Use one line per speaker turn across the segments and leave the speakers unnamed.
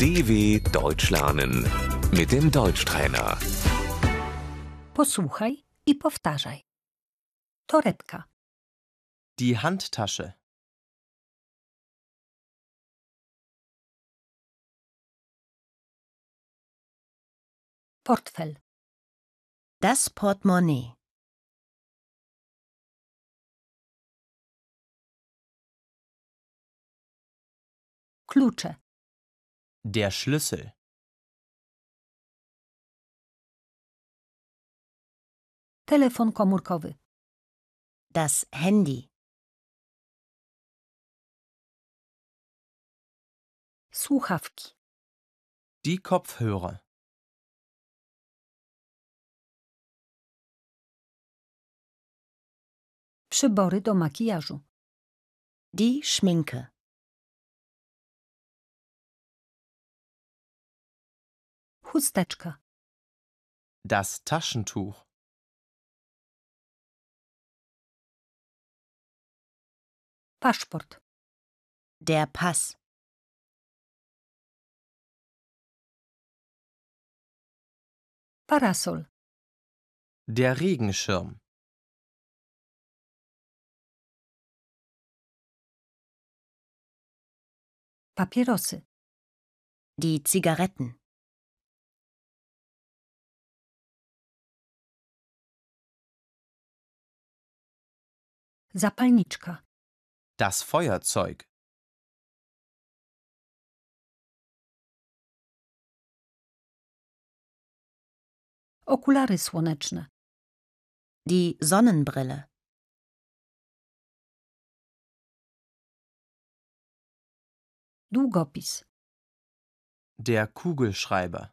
DW Deutsch lernen mit dem Deutschtrainer.
Posłuchaj i powtarzaj. Torebka,
Die Handtasche.
portfel,
Das Portemonnaie.
klucze,
Der Schlüssel.
telefon komórkowy,
Das Handy.
słuchawki,
Die Kopfhörer.
przybory do makijażu,
Die Schminke.
chusteczka,
Das Taschentuch.
paszport,
Der Pass.
parasol,
Der Regenschirm.
papierosy,
Die Zigaretten.
zapalniczka,
Das Feuerzeug.
okulary słoneczne,
Die Sonnenbrille.
długopis,
Der Kugelschreiber.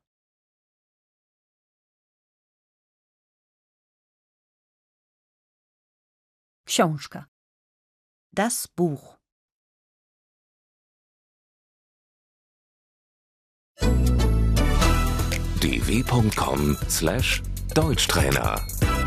książka,
Das Buch.
dw.com/deutschtrainer